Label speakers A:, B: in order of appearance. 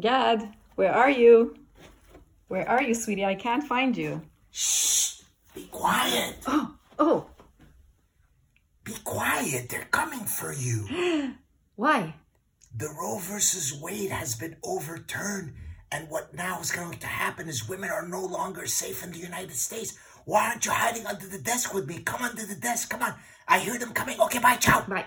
A: Gad, where are you? Where are you, sweetie? I can't find you.
B: Shh! Be quiet!
A: Oh, oh,
B: Be quiet! They're coming for you!
A: why?
B: The Roe versus Wade has been overturned, and what now is going to happen is women are no longer safe in the United States. Why aren't you hiding under the desk with me? Come under the desk, come on. I hear them coming. Okay, bye, ciao.
A: Bye.